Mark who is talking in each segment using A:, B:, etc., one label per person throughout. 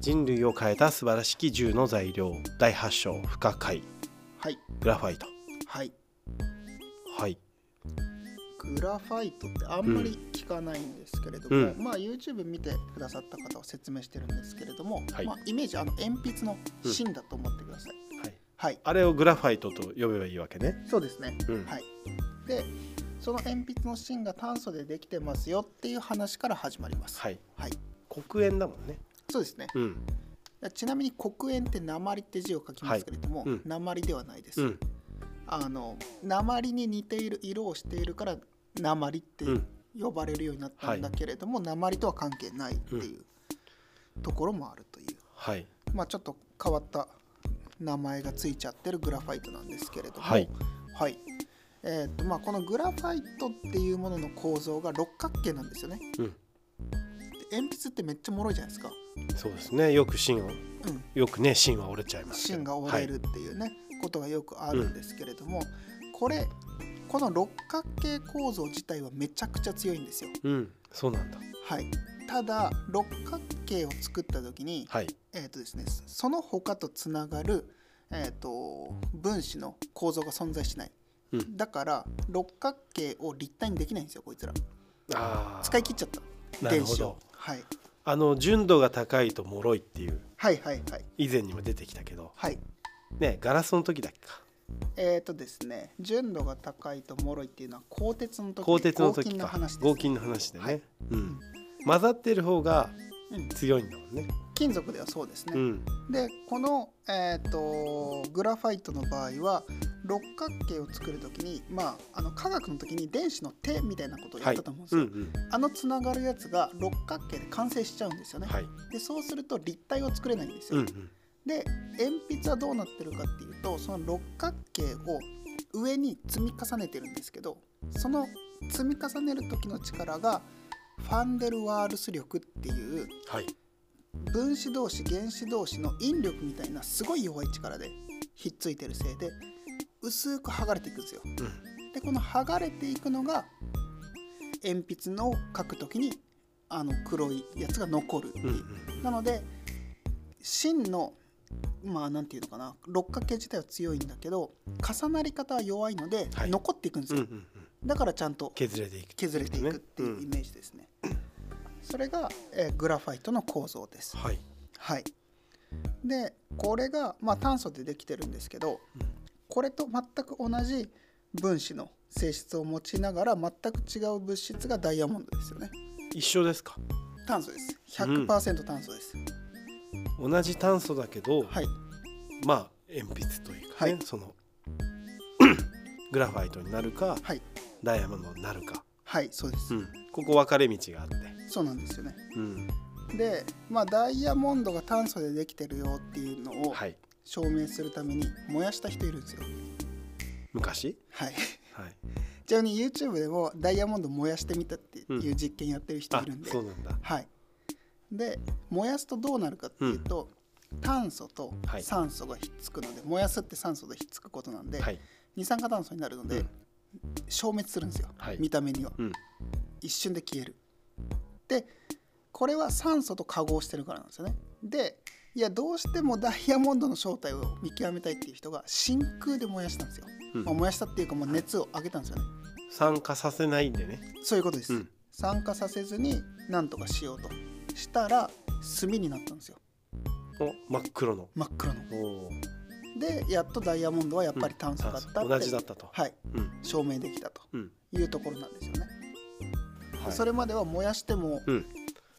A: 人類を変えた素晴らしき銃の材料第8章不可解
B: はい
A: グラファイト
B: はい
A: はい
B: グラファイトってあんまり聞かないんですけれども、
A: うん
B: まあ YouTube 見てくださった方は説明してるんですけれども、
A: はい
B: まあ、イメージあの鉛筆の芯だと思ってください、
A: はい
B: はい
A: あれをグラファイトと呼べばいいわけね
B: そうですね、
A: うん
B: はいでその鉛筆の芯が炭素でできてますよっていう話から始まります
A: はい
B: はい、
A: 黒煙だもんね
B: そうですね
A: うん
B: ちなみに黒煙って鉛って字を書きますけれども、
A: はいうん
B: 鉛ではないです、
A: うん
B: あの鉛に似ている色をしているから鉛って
A: うん
B: 呼ばれるようになったんだけれども、鉛とは関係ないっていううところもあるという、
A: はい
B: まあちょっと変わった名前がついちゃってるグラファイトなんですけれども
A: はい、
B: はいえーとまあ、このグラファイトっていうものの構造が六角形なんですよね
A: うん
B: で鉛筆ってめっちゃ脆いじゃないですか、
A: そうですねよく芯を
B: うん、
A: よくね芯は折れちゃいますけど
B: 芯が折れるっていうね、ことがよくあるんですけれども、これこの六角形構造自体はめちゃくちゃ強いんですよ。
A: はい、うんそうなんだ
B: はい、ただ六角形を作った時に、
A: はい
B: えーとですね、その他とつながる、えー、と分子の構造が存在しない、
A: うん
B: だから六角形を立体にできないんですよこいつら
A: あー
B: 使い切っちゃっ
A: な
B: た
A: る
B: 電
A: ほ
B: 子
A: ど
B: を、はい、
A: あの純度が高いと脆いっていう
B: はいはいはい
A: 以前にも出てきたけど
B: はい
A: ねガラスの時だっけか
B: えーとですね、純度が高いと脆いっていうのは鋼鉄の時
A: 鋼鉄の時
B: 合金の
A: か
B: 話です、
A: 合金の話でね、
B: はい
A: うん、混ざってる方が
B: うん
A: 強いんだもんね、
B: 金属ではそうです
A: う
B: ね、
A: ん、
B: でこの、えー、とグラファイトの場合は六角形を作る時に、まあ、あの化学の時に電子の手みたいなことをや
A: は
B: っ
A: い
B: たと思うんです
A: うん
B: よ、
A: うん
B: あのつながるやつが六角形で完成しちゃうんですよね、
A: はい
B: でそうすると立体を作れないんです
A: うん
B: よ、
A: うん
B: で鉛筆はどうなってるかっていうとその六角形を上に積み重ねてるんですけどその積み重ねる時の力がファンデルワールス力っていう
A: はい
B: 分子同士原子同士の引力みたいなすごい弱い力でひっついてるせいで薄く剥がれていくんですよ。
A: うん
B: でこの剥がれていくのが鉛筆の書く時にあの黒いやつが残るっていううん
A: うん
B: なので芯のまあなんていうのかな六角形自体は強いんだけど重なり方は弱いので、
A: はい
B: 残っていくんです
A: うんう
B: よ、
A: んうん
B: だからちゃんと
A: 削れていく
B: 削れていくっていうイメージですね、それが、えーグラファイトの構造です
A: はい、
B: はいでこれが、まあ、炭素でできてるんですけどこれと全く同じ分子の性質を持ちながら全く違う物質がダイヤモンドですよね
A: 一緒ですか
B: 炭素です100%炭素です、
A: 同じ炭素だけど、
B: はい
A: まあ鉛筆というかね、
B: はい
A: その グラファイトになるか
B: はい
A: ダイヤモンドになるか、
B: はいそうです、
A: うん、ここ分かれ道があって、
B: そうなんですよね
A: うん、
B: で、まあ、ダイヤモンドが炭素でできてるよっていうのを
A: はい
B: 証明するために燃やした人いるんですよ
A: 昔
B: はい
A: はい
B: ちなみに YouTube でもダイヤモンド燃やしてみたっていう実験やってる人い
A: あ
B: るんで、
A: そうなんだ
B: はいで燃やすとどうなるかっていうと、炭素と
A: はい
B: 酸素がひっつくので、燃やすって酸素でひっつくことなんで、
A: はい
B: 二酸化炭素になるので、
A: うん
B: 消滅するんですよ、
A: はい
B: 見た目には
A: うん
B: 一瞬で消えるでこれは酸素と化合してるからなんですよねでいやどうしてもダイヤモンドの正体を見極めたいっていう人が真空で燃やしたんですよ、
A: うん
B: まあ、燃やしたっていうかもう熱を上げたんですよね、
A: 酸化させないんでね
B: そういうことです、
A: うん
B: 酸化させずになんとかしようとしたら炭になったんですよ
A: お真っ黒の
B: 真っ黒の
A: おー
B: でやっとダイヤモンドはやっぱり炭素だったって、
A: うん同じだったと、
B: はい
A: うん
B: 証明できたと
A: うん
B: いうところなんですよね、
A: はい、
B: そ
A: れ
B: れまでは燃やしても
A: うん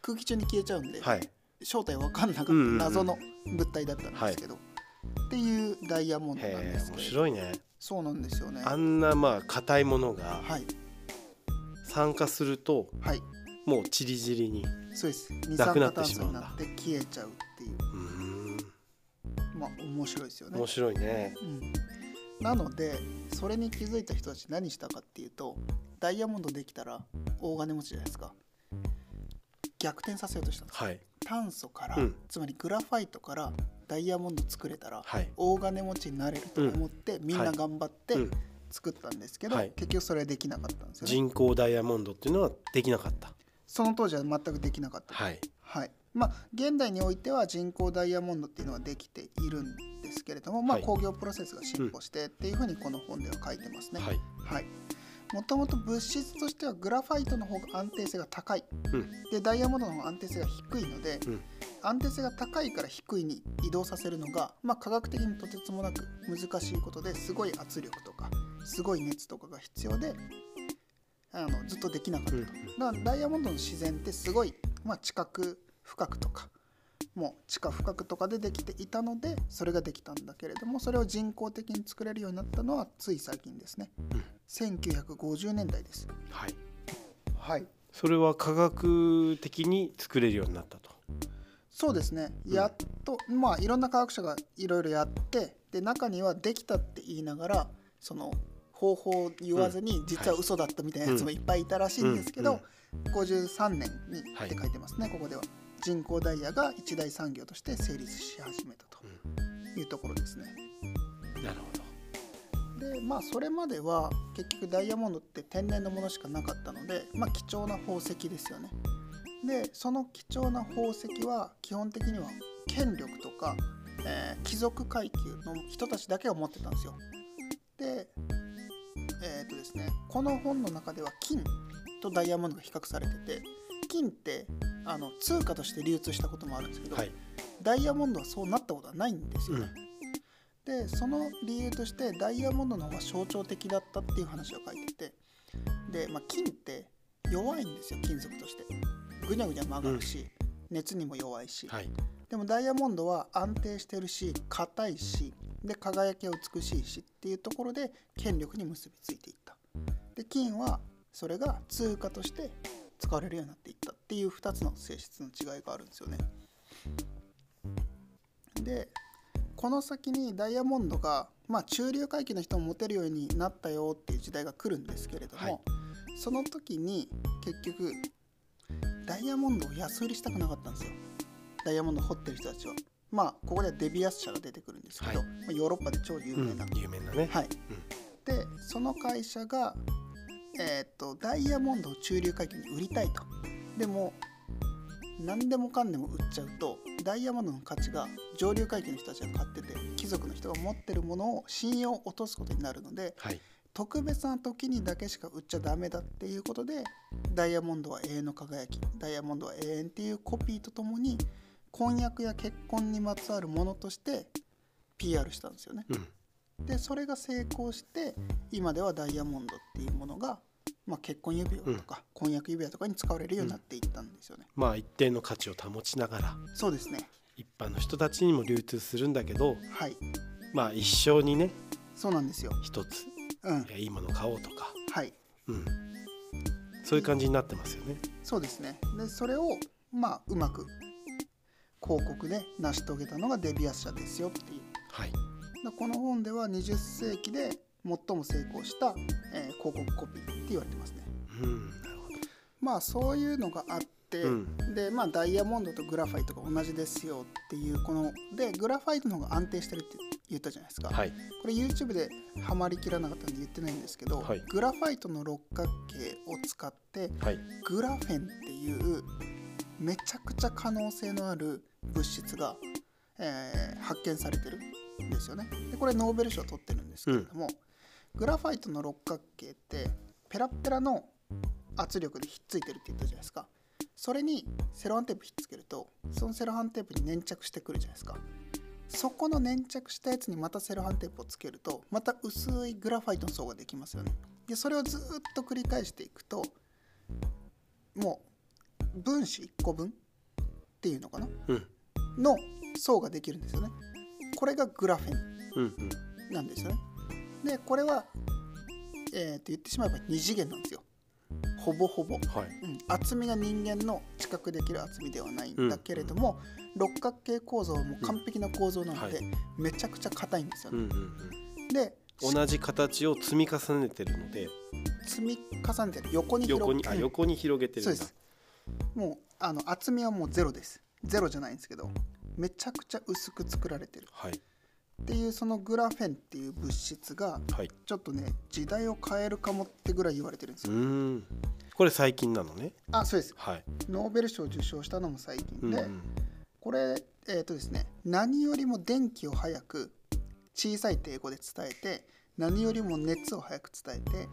B: 空気中に消えちゃうんで、
A: はい
B: 正体わかんなかった
A: うんうんうん
B: 謎の物体だったんですけど、っていうダイヤモンドなんで
A: へえ
B: す
A: 面
B: けど
A: 白いね
B: そうなんですよね
A: あ
B: は
A: んなまあ硬いものが
B: い
A: 酸化すると
B: はい
A: もうチリチリに
B: そうです二
A: な
B: 酸
A: くな
B: 化
A: って
B: 炭
A: し
B: 素
A: まうん
B: に
A: だ
B: なって消えちゃうっていう
A: うーん
B: まあ面白いですよね
A: 面白いね
B: うん、なのでそれに気づいた人たち何したかっていうとダイヤモンドできたら大金持ちじゃないですか逆転させようとしたんです
A: はい
B: 炭素から、
A: うん
B: つまりグラファイトからダイヤモンド作れたら
A: はい
B: 大金持ちになれると思って、みん
A: は
B: ない頑張って
A: うん
B: 作ったんですけど、
A: はい
B: 結局それはできなかったんですよね
A: 人工ダイヤモンドっていうのはできなかった
B: その当時は全くできなかった
A: はい
B: はいまあ、現代においては人工ダイヤモンドっていうのはできているんですけれども、まあ、
A: はい
B: 工業プロセスが進歩してっていうふうにこの本では書いてますね。
A: はい
B: はいもともと物質としてはグラファイトの方が安定性が高い、
A: うん
B: でダイヤモンドの方が安定性が低いので、
A: うん
B: 安定性が高いから低いに移動させるのが、まあ、科学的にとてつもなく難しいことですごい圧力とかすごい熱とかが必要であのずっとできなかったと、
A: うん
B: だからダイヤモンドの自然ってすごい、まあ、地殻深くとかもう地下深くとかでできていたのでそれができたんだけれどもそれを人工的に作れるようになったのはつい最近ですね、1950年代です
A: はい
B: はい
A: それは科学的に作れるようになったと
B: そうですね
A: うん
B: やっと、まあいろんな科学者がいろいろやってで中にはできたって言いながらその方法を言わずに実は嘘だったみたいなやつもいっぱいいたらしいんですけど、53年に
A: はい
B: って書いてますね、ここでは人工ダイヤが一大産業として成立し始めたというところですね
A: なるほど
B: でまあそれまでは結局ダイヤモンドって天然のものしかなかったので、まあ、貴重な宝石ですよねでその貴重な宝石は基本的には権力とか、えー貴族階級の人たちだけが持ってたんですよでえっ、とですねこの本の中では金とダイヤモンドが比較されてて金ってあの通貨として流通したこともあるんですけど、
A: はい
B: ダイヤモンドはそうなったことはないんですよね、
A: うん
B: でその理由としてダイヤモンドの方が象徴的だったっていう話を書いててで、まあ、金って弱いんですよ金属としてぐにゃぐにゃ曲がるし、熱にも弱いし、
A: はい
B: でもダイヤモンドは安定してるし硬いしで輝きは美しいしっていうところで権力に結びついていったで金はそれが通貨として使われるようになっていったっていう2つの性質の違いがあるんですよねでこの先にダイヤモンドが、まあ、中流階級の人も持てるようになったよっていう時代が来るんですけれども、
A: はい
B: その時に結局ダイヤモンドを安売りしたくなかったんですよダイヤモンドを掘ってる人たちはまあここではデビアス社が出てくるんですけど、
A: はい
B: まあヨーロッパで超有
A: う
B: 名な、
A: ん有名なね
B: はい、でその会社が、えー、とダイヤモンドを中流階級に売りたいとでも何でもかんでも売っちゃうとダイヤモンドの価値が上流階級の人たちが買ってて貴族の人が持ってるものを信用を落とすことになるので
A: はい
B: 特別な時にだけしか売っちゃダメだっていうことでダイヤモンドは永遠の輝きダイヤモンドは永遠っていうコピーとともに婚約や結婚にまつわるものとして PR したんですよね。
A: うん
B: でそれが成功して今ではダイヤモンドっていうものが、まあ、結婚指輪とか、婚約指輪とかに使われるようになっていったんですよね。
A: まあ一定の価値を保ちながら
B: そうですね
A: 一般の人たちにも流通するんだけど
B: はい
A: まあ一生にね
B: そうなんですよ。
A: 一つ
B: うん
A: いやいいもの買おうとか、
B: はい
A: うん、そういう感じになってますよね。
B: そうですねでそれをまあうまく広告で成し遂げたのがデビアス社ですよっていう
A: はい、
B: だこの本では20世紀で最も成功した、えー広告コピーって言われてますね
A: うん、なるほど。
B: まあそういうのがあって、
A: うん
B: でまあダイヤモンドとグラファイトが同じですよっていうこのでグラファイトの方が安定してるって言ったじゃないですか、
A: はい、
B: これ YouTube でハマりきらなかったんで言ってないんですけど、
A: はい
B: グラファイトの六角形を使って
A: はい、
B: グラフェンっていうめちゃくちゃ可能性のある物質が、えー発見されてるんですよね。でこれノーベル賞を取ってるんですけれども、グラファイトの六角形ってペラッペラの圧力でひっついてるって言ったじゃないですか。それにセロハンテープひっつけるとそのセロハンテープに粘着してくるじゃないですか。そこの粘着したやつにまたセロハンテープをつけるとまた薄いグラファイトの層ができますよね。でそれをずーっと繰り返していくともう分子1個分っていうのかな
A: うん、
B: の層ができるんですよね。これがグラフェン
A: うん、うん、
B: なんですよね。でこれは、えーと言ってしまえば2次元なんですよ。ほぼほぼ。
A: はい、
B: うん、厚みが人間の知覚できる厚みではないんだけれども、六角形構造はもう完璧な構造なので、
A: う
B: めちゃくちゃ硬いんですよ
A: うん、
B: ね。
A: うん、うん。
B: で
A: 同じ形を積み重ねてるので、
B: 積み重ねてる横に広
A: 横に、あ、
B: うん
A: 横に広げて
B: そ
A: る
B: うんで
A: だ。
B: すもうあの厚みはもうゼロですゼロじゃないんですけどめちゃくちゃ薄く作られてる
A: はい、
B: っていうそのグラフェンっていう物質が
A: はい
B: ちょっとね時代を変えるかもってぐらい言われてるんです
A: う
B: よ。
A: ーんこれ最近なのね
B: あそうです
A: はい、
B: ノーベル賞を受賞したのも最
A: う
B: 近
A: ん
B: で、
A: うん、
B: これえっ、とですね何よりも電気を早く小さい抵抗で伝えて何よりも熱を早く伝えて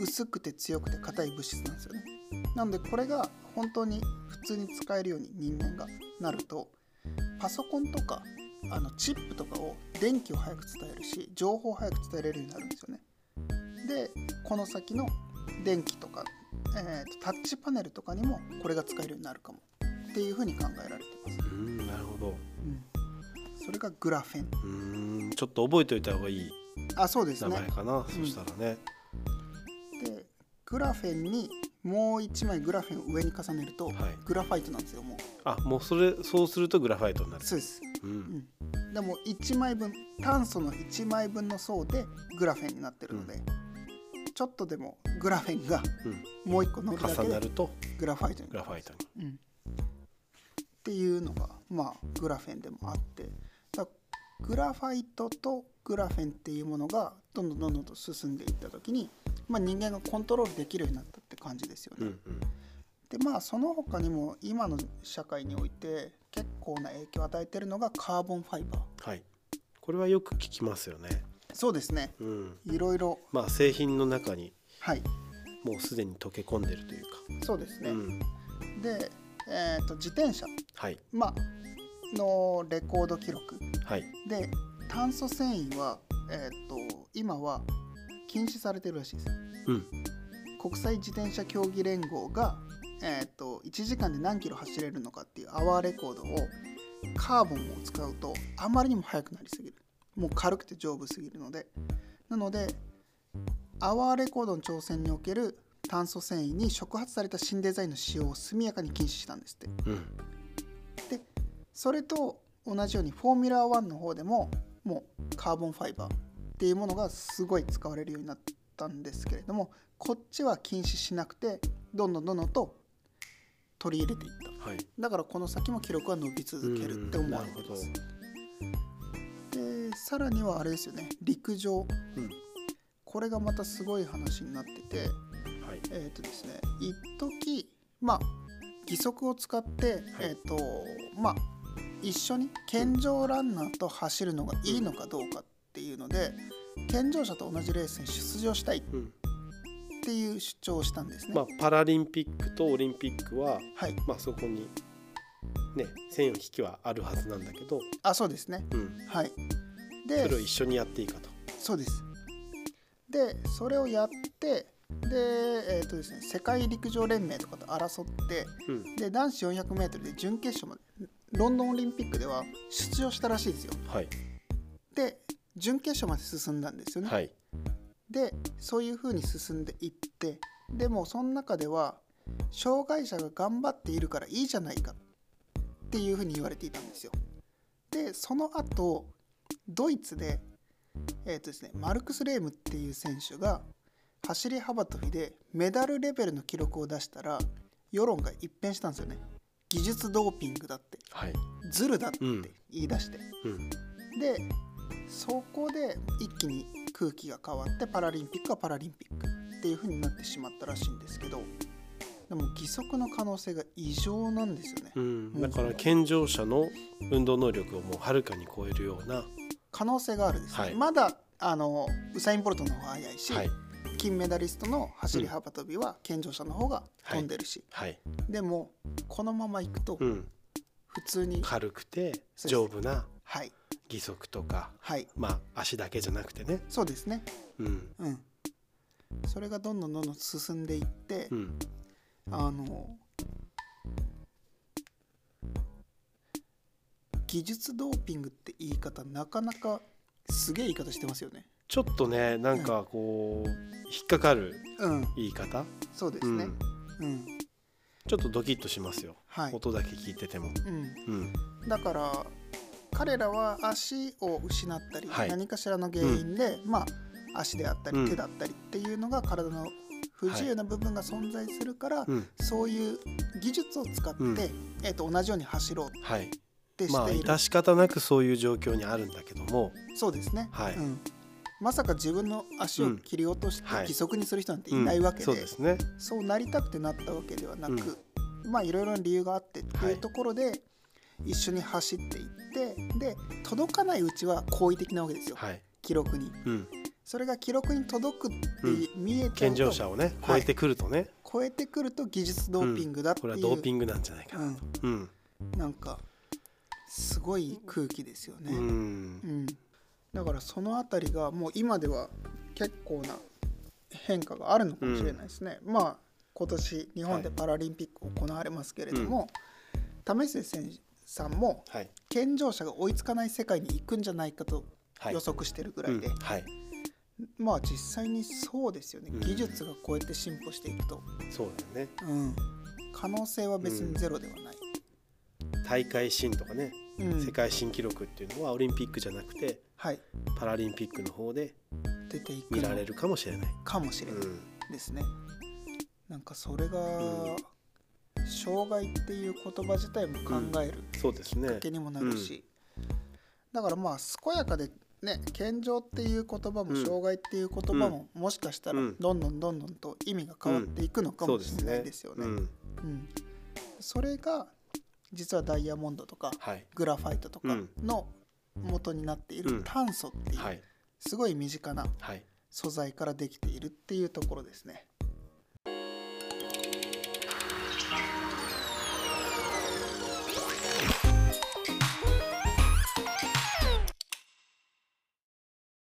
B: 薄くて強くて硬い物質なんですよね。なのでこれが本当に普通に使えるように人間がなるとパソコンとかあのチップとかを電気を早く伝えるし情報を早く伝えれるようになるんですよね。でこの先の電気とか、えーとタッチパネルとかにもこれが使えるようになるかもっていうふうに考えられてます。
A: うーんなるほど
B: うんそれがグラフェン。
A: うーんちょっと覚えておいた方がいい
B: あ、そうです
A: 名
B: ね
A: 前。かな、
B: うん
A: そしたらね
B: で、グラフェンにもう一枚グラフェンを上に重ねると、
A: はい
B: グラファイトなんですよ。もう。
A: あもうそれそうするとグラファイトになる
B: そうです。
A: う
B: うんん。でも一枚分、炭素の一枚分の層でグラフェンになってるので、ちょっとでもグラフェンが
A: うん
B: もう一個乗るだけ
A: 重な
B: で
A: ると
B: グラファイトに
A: グラファイトに
B: うん、っていうのが、まあ、グラフェンでもあってだグラファイトとグラフェンっていうものがどんどんどんどんと進んでいった時に、まあ、人間がコントロールできるようになったって感じですよ
A: う
B: ね。
A: んうん
B: でまあその他にも今の社会において結構な影響を与えてるのがカーボンファイバー。
A: はいこれはよく聞きますよね
B: そうですね
A: うん
B: いろいろ
A: まあ製品の中に
B: はい
A: もうすでに溶け込んでるというか、
B: そうですね。
A: うん
B: で、えー、と自転車、
A: はい
B: まあ、のレコード記録
A: はい
B: で炭素繊維は、えー、と今は禁止されてるらしいです
A: うん
B: 国際自転車競技連合が、えー、と1時間で何キロ走れるのかっていうアワーレコードをカーボンを使うとあまりにも速くなりすぎるもう軽くて丈夫すぎるのでなのでアワーレコードの挑戦における炭素繊維に触発された新デザインの使用を速やかに禁止したんですって
A: うん
B: でそれと同じようにフォーミュラー1の方でももうカーボンファイバーっていうものがすごい使われるようになったんですけれどもこっちは禁止しなくてどんどんどんどんと取り入れていった
A: はい
B: だからこの先も記録は伸び続けるって思われています
A: うんな
B: でさらにはあれですよね陸上
A: うん
B: これがまたすごい話になってて
A: はい
B: えっ、とですね一時まあ義足を使って、えっ、とまあ一緒に健常ランナーと走るのがいいのかどうかっていうので健常者と同じレースに出場したいっ
A: うん
B: ていう主張をしたんですね。
A: まあパラリンピックとオリンピックは
B: はい、
A: まあそこにね線を引きはあるはずなんだけど、
B: あそうですね。
A: うん、
B: はい、
A: そ
B: で
A: れを一緒にやっていいかと
B: そうですでそれをやってで,、えっとですね、世界陸上連盟とかと争って
A: うん
B: で男子 400m で準決勝までロンドンオリンピックでは出場したらしいですよ
A: はい
B: で準決勝まで進んだんですよね、
A: はい
B: でそういうふうに進んでいってでもその中では障害者が頑張っているからいいじゃないかっていうふうに言われていたんですよでその後ドイツで,、えーとですね、マルクス・レームっていう選手が走り幅跳びでメダルレベルの記録を出したら世論が一変したんですよね技術ドーピングだって
A: はい
B: ズルだって
A: うん
B: 言い出して、
A: うん
B: でそこで一気に空気が変わってパラリンピックはパラリンピックっていう風になってしまったらしいんですけどでも義足の可能性が異常なんですよね、
A: うん、だから健常者の運動能力をもうはるかに超えるような、
B: 可能性があるですね、
A: はい
B: まだあのウサイン・ボルトの方が速いし、
A: はい
B: 金メダリストの走り幅跳びは健常者の方が飛んでるし、
A: はい
B: でもこのままいくと
A: うん、
B: 普通に、
A: 軽くて
B: そうです
A: 丈夫な
B: はい
A: 義足とか、
B: はい
A: まあ、足だけじゃなくてね、
B: そうですね
A: うん
B: うんそれがどんどんどんどん進んでいって、
A: うん、
B: あの技術ドーピングって言い方なかなかすげえ言い方してますよね。
A: ちょっとねなんかこう引っかかる
B: うん、
A: 言い方、
B: そうで
A: う
B: すね。
A: ん、
B: うん、
A: ちょっとドキッとしますよ、
B: はい。
A: 音だけ聞いてても、
B: うん、
A: うん
B: だから彼らは足を失ったり、
A: はい
B: 何かしらの原因で、まあ足であったり、
A: うん
B: 手だったりっていうのが体の不自由な部分が存在するから、
A: うん、
B: そういう技術を使って、
A: うん
B: えっ、と同じように走ろうっ
A: はい
B: っ、て定
A: ま
B: し
A: あ
B: ている、
A: 致し方なくそういう状況にあるんだけども
B: そうですね、
A: はい
B: うん、まさか自分の足を切り落として
A: うんはい
B: 義足にする人なんていないわけで,、
A: うんそうですね
B: そうなりたくてなったわけではなく、まあいろいろな理由があってって
A: はいいう
B: ところで一緒に走っていってで届かないうちは好意的なわけですよ、
A: はい、
B: 記録に
A: うん、
B: それが記録に届くってい見えちゃ
A: 健
B: う
A: 常
B: と
A: 者をね超えてくるとね、
B: 超えてくると技術ドーピングだってい
A: こ
B: う、
A: れはドーピングなんじゃないかな、
B: うん
A: うん
B: なんかすごい空気ですよね、
A: う
B: うん
A: ん
B: だからそのあたりがもう今では結構な変化があるのかもしれないですね、まあ今年日本でパラリンピック行われますけれども、為末選手さんも
A: はい
B: 健常者が追いつかない世界に行くんじゃないかと
A: はい
B: 予測してるぐらいで、
A: うんはい、
B: まあ実際にそうですよね、
A: うん
B: 技術がこうやって進歩していくと、
A: そうだよね
B: うん、可能性は別にゼロではない、
A: 大会新とかね、
B: うん
A: 世界新記録っていうのはオリンピックじゃなくて
B: はい、
A: パラリンピックの方で
B: 出ていく
A: 見ら
B: の
A: れるかもしれない、
B: かもし
A: う
B: れない
A: ん
B: ですね。なんかそれが、
A: うん
B: 障害っていう言葉自体も考える
A: そうですね
B: だけにもなるし、だからまあ健やかでね健常っていう言葉も
A: うん
B: 障害っていう言葉ももしかしたら
A: うん
B: どんどんどんどんと意味が変わっていくのか
A: そう
B: も
A: で
B: し
A: す
B: れな
A: ね
B: いですよね。
A: うん、
B: うんそれが実はダイヤモンドとか
A: はい
B: グラファイトと
A: う
B: か
A: ん
B: の元になっていうる
A: ん
B: 炭素ってい
A: は
B: う
A: い
B: すごい身近な
A: はい
B: 素材からできているっていうところですね。